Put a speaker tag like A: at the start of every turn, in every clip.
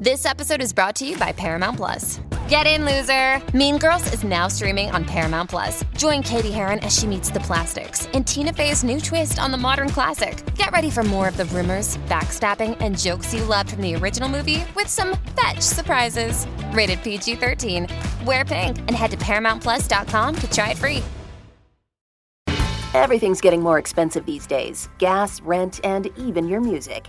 A: This episode is brought to you by Paramount Plus. Get in, loser! Mean Girls is now streaming on Paramount Plus. Join Katie Heron as she meets the plastics in Tina Fey's new twist on the modern classic. Get ready for more of the rumors, backstabbing, and jokes you loved from the original movie with some fetch surprises. Rated PG 13. Wear pink and head to ParamountPlus.com to try it free.
B: Everything's getting more expensive these days gas, rent, and even your music.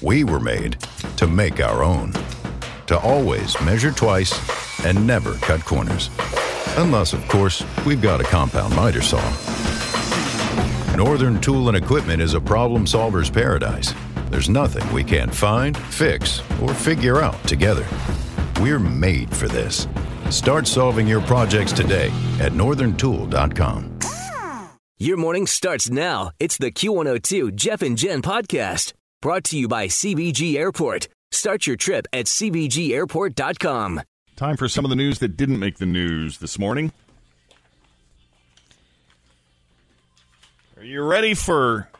C: We were made to make our own. To always measure twice and never cut corners. Unless, of course, we've got a compound miter saw. Northern Tool and Equipment is a problem solver's paradise. There's nothing we can't find, fix, or figure out together. We're made for this. Start solving your projects today at northerntool.com.
D: Your morning starts now. It's the Q102 Jeff and Jen podcast brought to you by CBG Airport. Start your trip at CBGAirport.com.
E: Time for some of the news that didn't make the news this morning. Are you ready for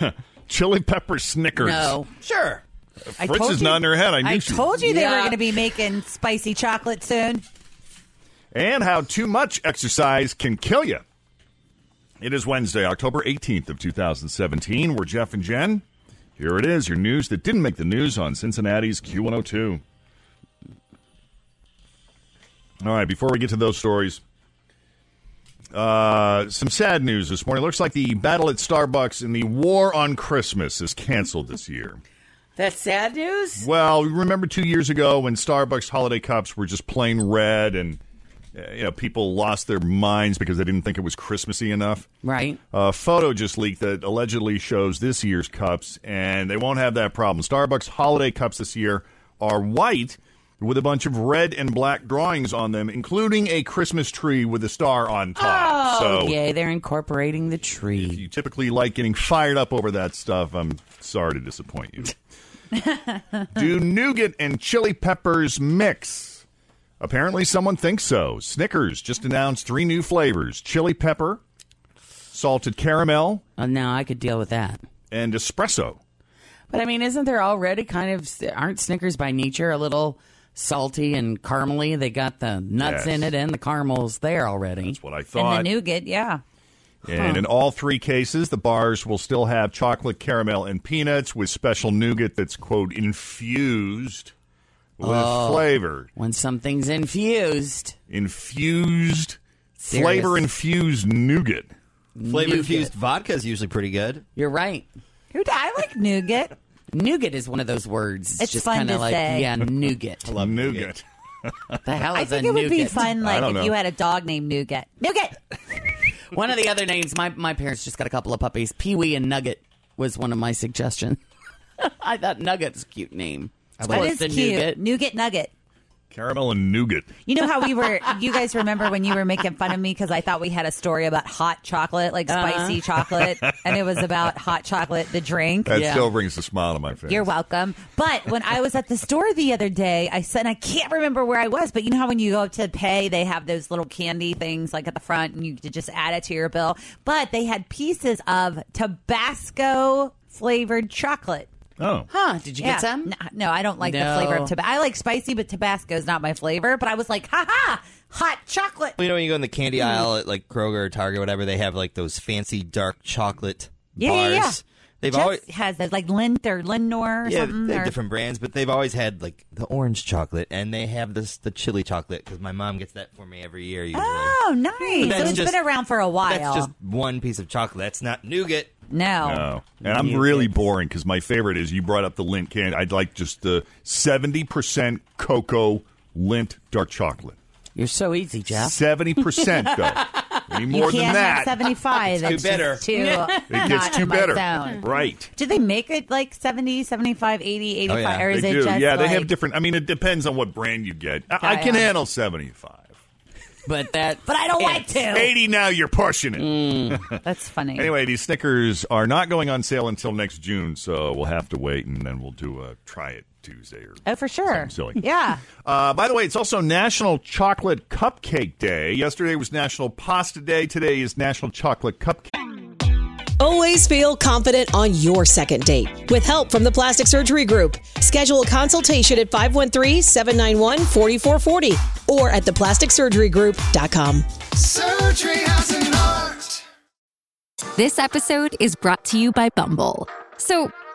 E: chili pepper Snickers?
F: No.
G: Sure.
F: I
E: Fritz
F: told
E: is
F: you-
E: nodding her head. I knew
F: Oh. I
E: she
F: told you they were
G: Yeah.
F: going to be making spicy chocolate soon.
E: and how too much exercise can kill you. It is Wednesday, October 18th of 2017. We're Jeff and Jen. Here it is, your news that didn't make the news on Cincinnati's Q102. All right, before we get to those stories, uh, some sad news this morning. Looks like the battle at Starbucks and the war on Christmas is canceled this year.
G: That's sad news.
E: Well, remember two years ago when Starbucks holiday cups were just plain red, and uh, you know people lost their minds because they didn't think it was Christmassy enough.
G: Right.
E: A photo just leaked that allegedly shows this year's cups, and they won't have that problem. Starbucks holiday cups this year are white with a bunch of red and black drawings on them, including a Christmas tree with a star on top. so
G: Yay, they're incorporating the
E: if
G: tree.
E: you typically like getting fired up over that stuff, I'm sorry to disappoint you. Do nougat and chili peppers mix? Apparently, someone thinks so. Snickers just announced three new flavors chili pepper, salted caramel,
G: Oh, no, I could deal with that.
E: and espresso.
G: But I mean, isn't there already kind of aren't Snickers by nature a little salty and caramely? They got the nuts
E: Yes.
G: in it and the caramels there already.
E: That's what I
F: And
E: thought.
F: the Oh. nougat, yeah.
E: And in all three cases, the bars will still have chocolate, caramel, and peanuts with special nougat that's, quote, infused with
F: Oh.
E: flavor.
G: When something's infused,
E: Infused,
G: Serious.
E: flavor infused nougat.
H: Flavor
G: Nougat.
H: infused vodka is usually pretty good.
G: You're right.
F: Who d- I like nougat.
G: Nougat is one of those words.
F: It's
G: just
F: fun
G: kinda
F: to
G: like,
F: say.
G: Yeah, nougat.
H: Love
E: nougat.
G: the hell
F: I
G: is a
F: think
G: nougat?
F: it would be fun, like
E: don't
F: if
E: know.
F: you had a dog named Nougat. Nougat.
G: One of the other names, my, my parents just got a couple of puppies. Pee Wee and Nugget was one of my suggestions. I thought Nugget's a cute name. It's
F: That
G: close
F: is
G: to
F: cute.
G: Nougat.
F: nugget.
E: Caramel and nougat.
F: You know how we were? You guys remember when you were making fun of me because I thought we had a story about hot chocolate, like
G: Uh-huh.
F: spicy chocolate, and it was about hot chocolate, the drink.
E: That
G: Yeah.
E: still brings a smile to my face.
F: You're welcome. But when I was at the store the other day, I said, and I can't remember where I was, but you know how when you go up to pay, they have those little candy things like at the front and you could just add it to your bill. But they had pieces of Tabasco flavored chocolate.
E: Oh.
G: Huh? Did you get some?
F: N- No, I don't like
G: No.
F: the flavor of Tabasco. I like spicy, but Tabasco is not my flavor. But I was like, ha ha, hot chocolate.
H: You know when you go in the candy
F: Mm-hmm.
H: aisle at like Kroger or Target, or whatever, they have like those fancy dark chocolate
F: Yeah, yeah,
H: bars.
F: yeah.
H: They've
F: Jeff's
H: always
F: has that like Lind or Lindor or
H: yeah,
F: something.
H: they have
F: or-
H: different brands, but they've always had like the orange chocolate, and they have this the chili chocolate because my mom gets that for me every year. Usually.
F: Oh, nice!
H: That's
F: So it's
H: just-
F: been around for a while.
H: That's just one piece of chocolate. That's not nougat.
F: no.
E: Oh, and I'm really boring because my favorite is you brought up the lint candy. I'd like just the 70% cocoa lint dark chocolate.
G: You're so easy, Jeff.
E: 70% though. Any more
F: you
E: than
F: can't
E: that,
F: have seventy five.
H: It's too bitter.
F: Too,
E: it gets
F: not
E: too
F: in my
E: better.
F: zone.
E: Right.
F: Do they make it like 70, 75, 80, 85?
H: Oh, yeah,
F: Or is
E: they
F: it
E: do.
F: just
E: yeah, they
F: like-
E: have different. I mean, it depends on what brand you get. I, I can
F: yeah.
E: handle 75.
G: But that.
F: But I don't like to.
E: 80 now, you're pushing it.
F: Mm. That's funny.
E: Anyway, these Snickers are not going on sale until next June, so we'll have to wait and then we'll do a try it Tuesday or
F: oh, for sure.
E: something silly.
F: Yeah.
E: Uh, by the way, it's also National Chocolate Cupcake Day. Yesterday was National Pasta Day. Today is National Chocolate Cupcake.
I: Always feel confident on your second date. With help from the Plastic Surgery Group, schedule a consultation at 513 791 4440 or at theplasticsurgerygroup.com.
J: Surgery has an art.
A: This episode is brought to you by Bumble. So,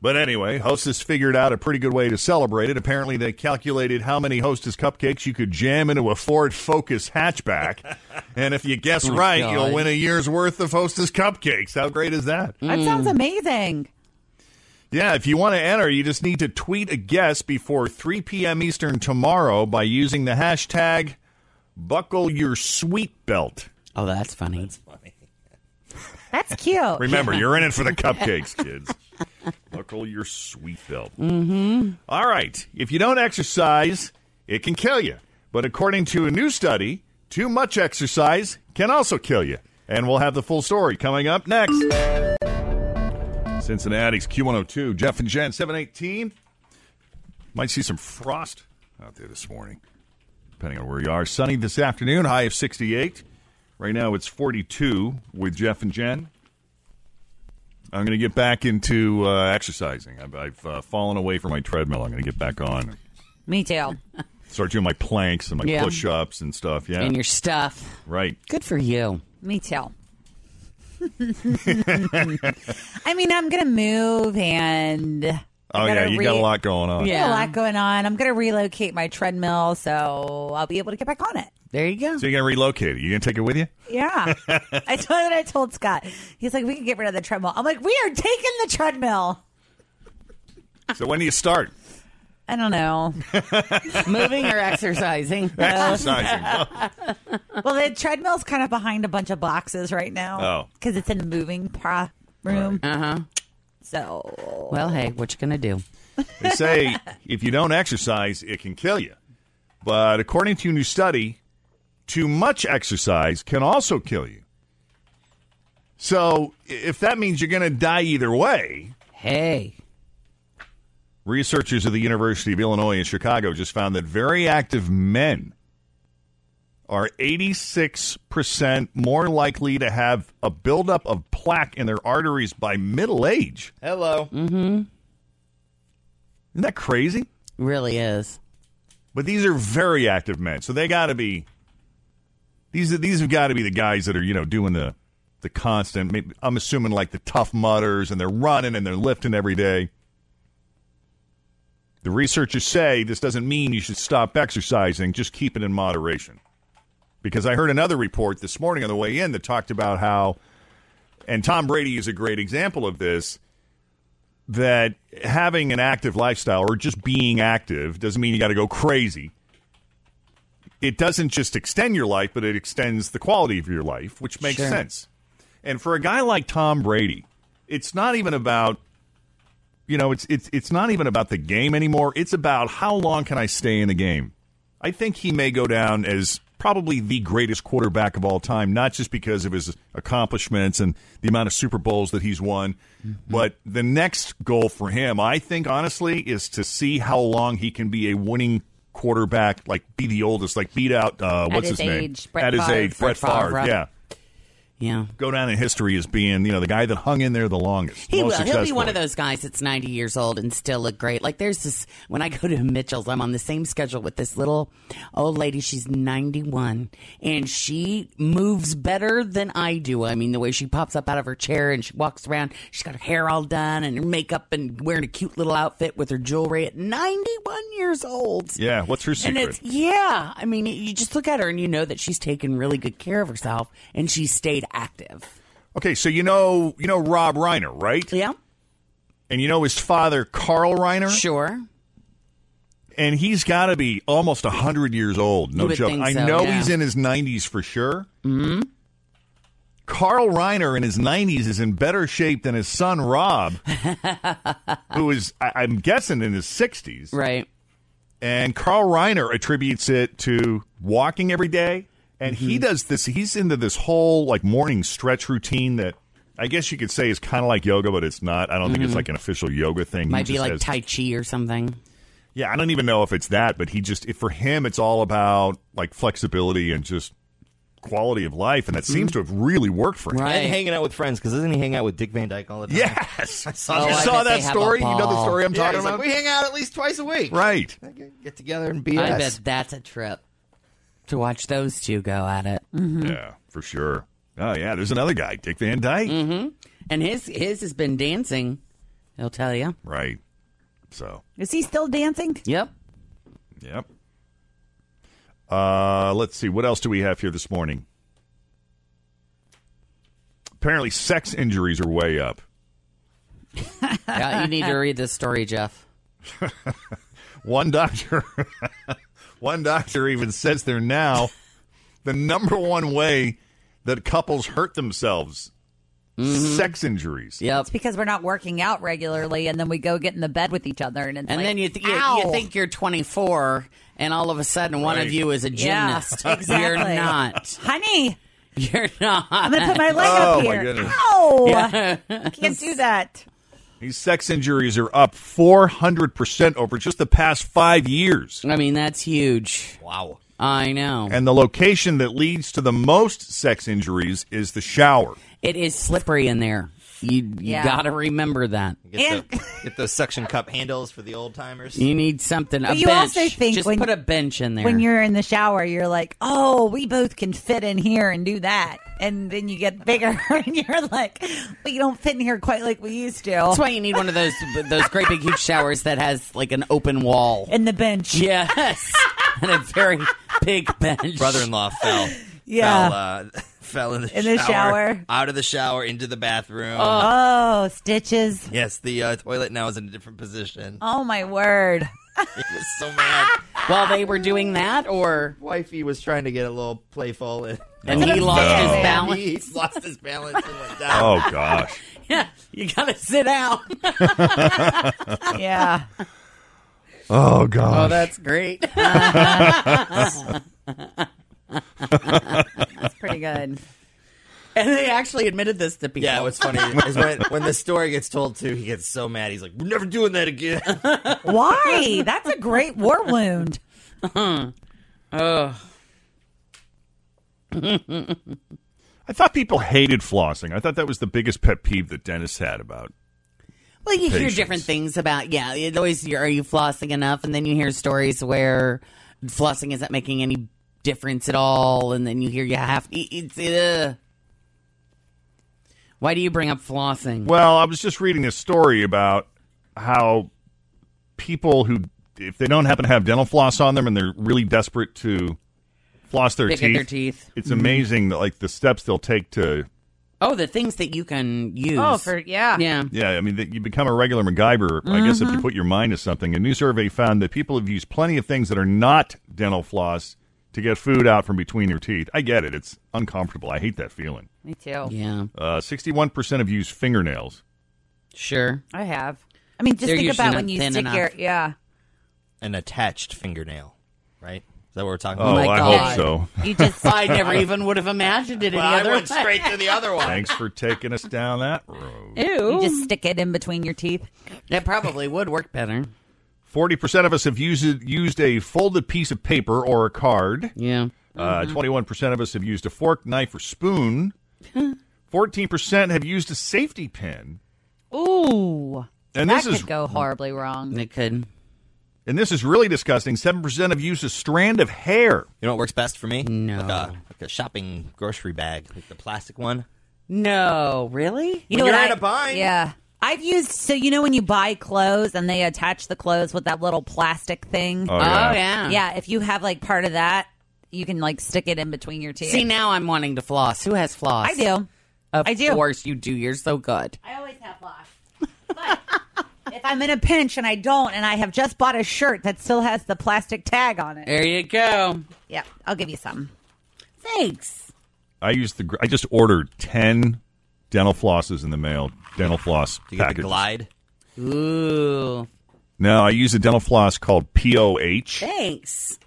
E: But anyway, Hostess figured out a pretty good way to celebrate it. Apparently, they calculated how many Hostess cupcakes you could jam into a Ford Focus hatchback. and if you guess right, you'll
G: God.
E: win a year's worth of Hostess cupcakes. How great is that?
F: That sounds amazing.
E: Yeah, if you want to enter, you just need to tweet a guess before 3 p.m. Eastern tomorrow by using the hashtag buckle your sweet belt.
G: Oh, that's funny.
F: That's cute.
E: Remember, you're in it for the cupcakes, kids. Buckle your sweet belt. Mm-hmm. right. If you don't exercise, it can kill you. But according to a new study, too much exercise can also kill you. And we'll have the full story coming up next. Cincinnati's Q102, Jeff and Jen, 718. Might see some frost out there this morning, depending on where you are. Sunny this afternoon, high of 68. Right now it's 42 with Jeff and Jen. I'm going to get back into uh, exercising. I've, I've uh, fallen away from my treadmill. I'm going to get back on and
F: Me too.
E: start doing my planks and my
G: Yeah.
E: push ups and stuff. Yeah.
G: And your stuff.
E: right.
G: Good for you.
F: Me too. I mean, I'm gonna move and I
E: Oh, yeah.
F: gotta
E: You
F: re-
E: got a lot going on.
F: I got a lot going on. I'm gonna relocate my treadmill, so I'll be able to get back on it.
G: There you go.
E: So you're going to relocate it. You going to take it with you?
F: Yeah, I told that I told Scott. He's like, we can get rid of the treadmill. I'm like, we are taking the treadmill.
E: So when do you start?
F: I don't know.
G: Moving or exercising?
E: Exercising.
F: Well, the treadmill's kind of behind a bunch of boxes right now.
E: Oh. Uh-huh.
F: because it's in the moving pro- room.
G: Uh huh.
F: So
G: Well, hey, what you gonna do?
E: They say if you don't exercise, it can kill you. But according to a new study, too much exercise can also kill you. So i- if that means you're going to die either way,
G: Hey,
E: researchers at the University of Illinois in Chicago just found that very active men are 86% more likely to have a buildup of plaque in their arteries by middle age.
H: Hello.
E: Isn't that crazy?
G: really is.
E: But these are very active men, so they got to be. These are these have got to be the guys that are you know doing the the constant. maybe- I'm assuming like the tough mutters, and they're running and they're lifting every day. The researchers say this doesn't mean you should stop exercising; just keep it in moderation. Because I heard another report this morning on the way in that talked about how, and Tom Brady is a great example of this that having an active lifestyle or just being active doesn't mean you got to go crazy. It doesn't just extend your life, but it extends the quality of your life, which makes
G: Sure.
E: sense. And for a guy like Tom Brady, it's not even about you know, it's it's it's not even about the game anymore. It's about how long can I stay in the game. I think he may go down as probably the greatest quarterback of all time, not just because of his accomplishments and the amount of Super Bowls that he's won, but the next goal for him, I think, honestly, is to see how long he can be a winning quarterback, like be the oldest, like beat out uh,
F: At
E: what's
F: his
E: name
F: age, Brett
E: at his
F: Favre.
E: age, Brett
G: Brett Favre,
E: Favre.
G: right.
E: Yeah,
G: Yeah.
E: go down in history as being you know the guy that hung in there the longest.
G: He will.
E: most
G: He'll be
E: successful.
G: one of those guys that's 90 years old and still look great. Like there's this when I go to Mitchell's, I'm on the same schedule with this little old lady. She's 91 and she moves better than I do. I mean, the way she pops up out of her chair and she walks around, she's got her hair all done and her makeup and wearing a cute little outfit with her jewelry at 91 years old.
E: Yeah, what's her
G: And
E: secret?
G: it's yeah. I mean, you just look at her and you know that she's taken really good care of herself and she stayed active.
E: Okay, so you know you know Rob Reiner, right?
G: Yeah,
E: And you know his father Carl Reiner,
G: sure.
E: and he's got to be almost hundred years old. No
G: You would
E: joke.
G: think
E: I
G: so,
E: know
G: yeah.
E: he's in his nineties for sure. Mm-hmm. Carl Reiner in his nineties is in better shape than his son Rob, who is I- I'm guessing in his sixties.
G: Right.
E: And Carl Reiner attributes it to walking every day. And he
G: Mm-hmm.
E: does this, he's into this whole like morning stretch routine that I guess you could say is kind of like yoga, but it's not. I don't think it's like an official yoga thing. He
G: Mm-hmm. Might be
E: just
G: like
E: has-
G: Tai Chi or something.
E: Yeah, I don't even know if it's that, but he just, if for him, it's all about like flexibility and just quality of life. And that
G: Mm-hmm.
E: seems to have really worked for him.
H: And hanging out with friends because doesn't he hang out with Dick Van Dyke all the time?
E: Yes.
G: Oh,
E: you
G: I
E: saw that
G: bet they have a
E: story? You know the
G: ball.
E: story I'm
H: Yeah,
E: talking
H: he's like,
E: about?
H: we hang out at least twice a week.
E: right.
H: Get together and BS.
G: I bet that's a trip to watch those two go at it.
E: Yeah, for sure. Oh, yeah. There's another guy, Dick Van Dyke.
G: Mm-hmm. And his his has been dancing. He'll tell you.
E: Right. So.
F: Is he still dancing?
G: Yep.
E: Yep. Uh, let's see. What else do we have here this morning? Apparently, sex injuries are way up.
G: Yeah, you need to read this story, Jeff.
E: One doctor, one doctor even says they're now the number one way that couples hurt themselves: sex injuries.
G: Yep.
F: It's because we're not working out regularly, and then we go get in the bed with each other, and it's
G: And
F: like,
G: then you, th- you,
F: ow.
G: you think you're 24, and all of a sudden one
E: Right.
G: of you is a
F: yeah,
G: gymnast.
F: exactly.
G: You're not.
F: honey.
G: You're not.
F: I'm gonna put my leg
E: Oh,
F: up
E: my
F: here.
E: goodness.
F: Ow! Can't do that.
E: These sex injuries are up four hundred percent over just the past five years.
G: I mean, that's huge.
H: Wow.
G: I know.
E: And the location that leads to the most sex injuries is the shower.
G: It is slippery in there. You you
F: Yeah.
G: got to remember that.
H: Get,
F: And-
H: the, get those suction cup handles for the old timers.
G: You need something. A
F: But you
G: bench.
F: also think
G: just
F: when-
G: put a bench in there.
F: When you're in the shower, you're like, "Oh, we both can fit in here and do that," and then you get bigger, and you're like, "We don't fit in here quite like we used
G: That's
F: to."
G: why you need one of those those great big huge showers that has like an open wall.
F: In the bench,
G: Yes, and a very big bench.
H: Brother-in-law fell.
F: Yeah.
H: Fell, uh, fell in the
F: In the
H: shower,
F: shower.
H: Out of the shower, into the bathroom.
F: Oh, stitches.
H: Yes, the uh, toilet now is in a different position.
F: Oh my word.
H: He was so mad.
G: While they were doing that, or
H: Wifey was trying to get a little playful and,
G: and he lost his
E: No.
G: balance.
H: he lost his balance and went down.
E: Oh gosh.
G: Yeah, you gotta sit down.
F: Yeah.
E: Oh god.
G: Oh, that's great.
F: That's pretty good.
G: and they actually admitted this to people.
H: Yeah, what's funny is when, when the story gets told to, he gets so mad. He's like, "We're never doing that again."
F: Why? That's a great war wound.
E: I thought people hated flossing. I thought that was the biggest pet peeve that Dennis had about.
G: Well, you hear
E: Patience.
G: different things about yeah. It always you're, are you flossing enough, and then you hear stories where flossing isn't making any difference at all, and then you hear you have it- it's. Uh, why do you bring up flossing?
E: Well, I was just reading a story about how people who, if they don't happen to have dental floss on them and they're really desperate to floss their,
G: Pick
E: teeth,
G: at their teeth.
E: it's amazing that like the steps they'll take to.
G: Oh, the things that you can use.
F: yeah.
G: Oh, yeah.
E: Yeah, I mean, that you become a regular MacGyver, I guess, if you put your mind to something. A new survey found that people have used plenty of things that are not dental floss to get food out from between their teeth. I get it; it's uncomfortable. I hate that feeling.
F: Me too.
G: Yeah,
E: Uh, Sixty-one percent have used fingernails.
G: sure.
F: I have. I mean, just
G: They're
F: think
G: usually
F: about
G: not
F: when you
G: thin
F: stick
G: enough.
F: your yeah.
H: An attached fingernail, right? Is that what we're talking
E: Oh,
H: about?
E: I hope so.
G: You just I never even would have imagined it
H: Well,
G: any
H: I
G: other
H: went
G: way.
H: straight to the other one.
E: Thanks for taking us down that road.
F: You just stick it in between your teeth.
G: That probably would work better.
E: Forty percent of us have used used a folded piece of paper or a card.
G: Yeah.
E: Twenty one percent of us have used a fork, knife, or spoon. Fourteen percent have used a safety pin.
F: Ooh.
E: And
F: that
E: this is
F: could go horribly wrong.
G: It could.
E: and this is really disgusting. Seven percent have used a strand of hair.
H: You know what works best for me?
G: No.
H: Like a, like a shopping grocery bag, like the plastic one.
G: No, really?
F: You
H: When
F: know
H: you're
F: what
H: in a bind.
F: Yeah. I've used so you know when you buy clothes and they attach the clothes with that little plastic thing.
E: Oh, yeah.
G: yeah.
F: yeah, if you have like part of that, you can like stick it in between your teeth.
G: See, now I'm wanting to floss. Who has floss?
F: I do.
G: Of
F: I do.
G: course you do. You're so good.
F: I always have floss. But if I'm in a pinch and I don't, and I have just bought a shirt that still has the plastic tag on it,
G: There you go.
F: yeah, I'll give you some.
G: Thanks.
E: I used the. gr- I just ordered ten dental flosses in the mail. Dental floss
H: Do you get the
E: packages.
H: glide?
G: Ooh.
E: No, I use a dental floss called POH.
G: Thanks.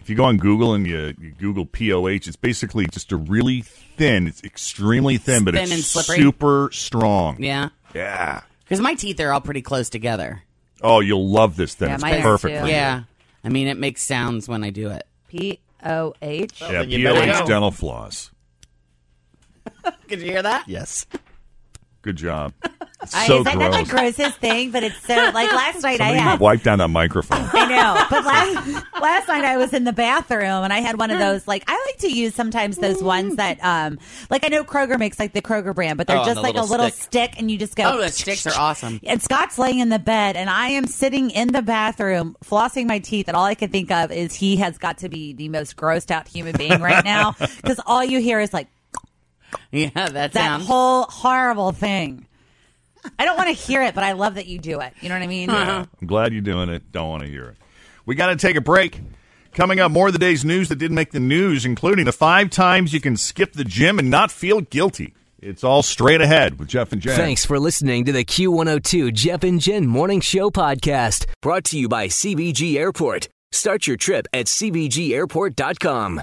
E: If you go on Google and you, you Google POH, it's basically just a really thin. It's extremely thin, but
G: Thin
E: it's
G: and slippery.
E: super strong.
G: Yeah.
E: Yeah.
G: Because my teeth are all pretty close together.
E: Oh, you'll love this then.
F: Yeah,
E: it's
F: mine is
E: perfect
F: too.
E: for you.
G: Yeah. I mean, it makes sounds when I do it.
F: P O H.
E: Yeah,
H: then you better
E: POH
H: go.
E: dental floss.
G: Could you hear that?
H: Yes.
E: Good job. It's
F: I-
E: so
F: is that not
E: gross.
F: the grossest thing? But it's so like last night I
E: Somebody
F: had.
E: wipe down that microphone.
F: I know, but last last night I was in the bathroom and I had one of those like I like to use sometimes those ones that um like I know Kroger makes like the Kroger brand, but they're
H: Oh, and
F: just
H: the
F: like a
H: little
F: little
H: stick.
F: stick. and you just go.
G: Oh, the sticks are awesome.
F: And Scott's laying in the bed, and I am sitting in the bathroom flossing my teeth, and all I can think of is he has got to be the most grossed out human being right now because all you hear is like
G: Yeah, that
F: that
G: sounds.
F: whole horrible thing. I don't want to hear it, but I love that you do it. You know what I mean?
H: Uh-huh.
E: I'm glad you're doing it. Don't want to hear it. We got to take a break. Coming up, more of the day's news that didn't make the news, including the five times you can skip the gym and not feel guilty. It's all straight ahead with Jeff and Jen.
D: Thanks for listening to the Q102 Jeff and Jen Morning Show podcast, brought to you by CBG Airport. Start your trip at CBGAirport.com.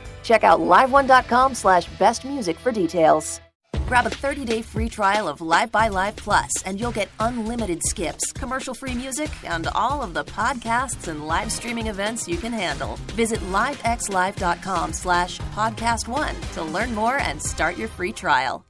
B: Check out liveone.com slash best music for details. Grab a 30-day free trial of Live by Live Plus, and you'll get unlimited skips, commercial-free music, and all of the podcasts and live streaming events you can handle. Visit livexlive.com slash podcast one to learn more and start your free trial.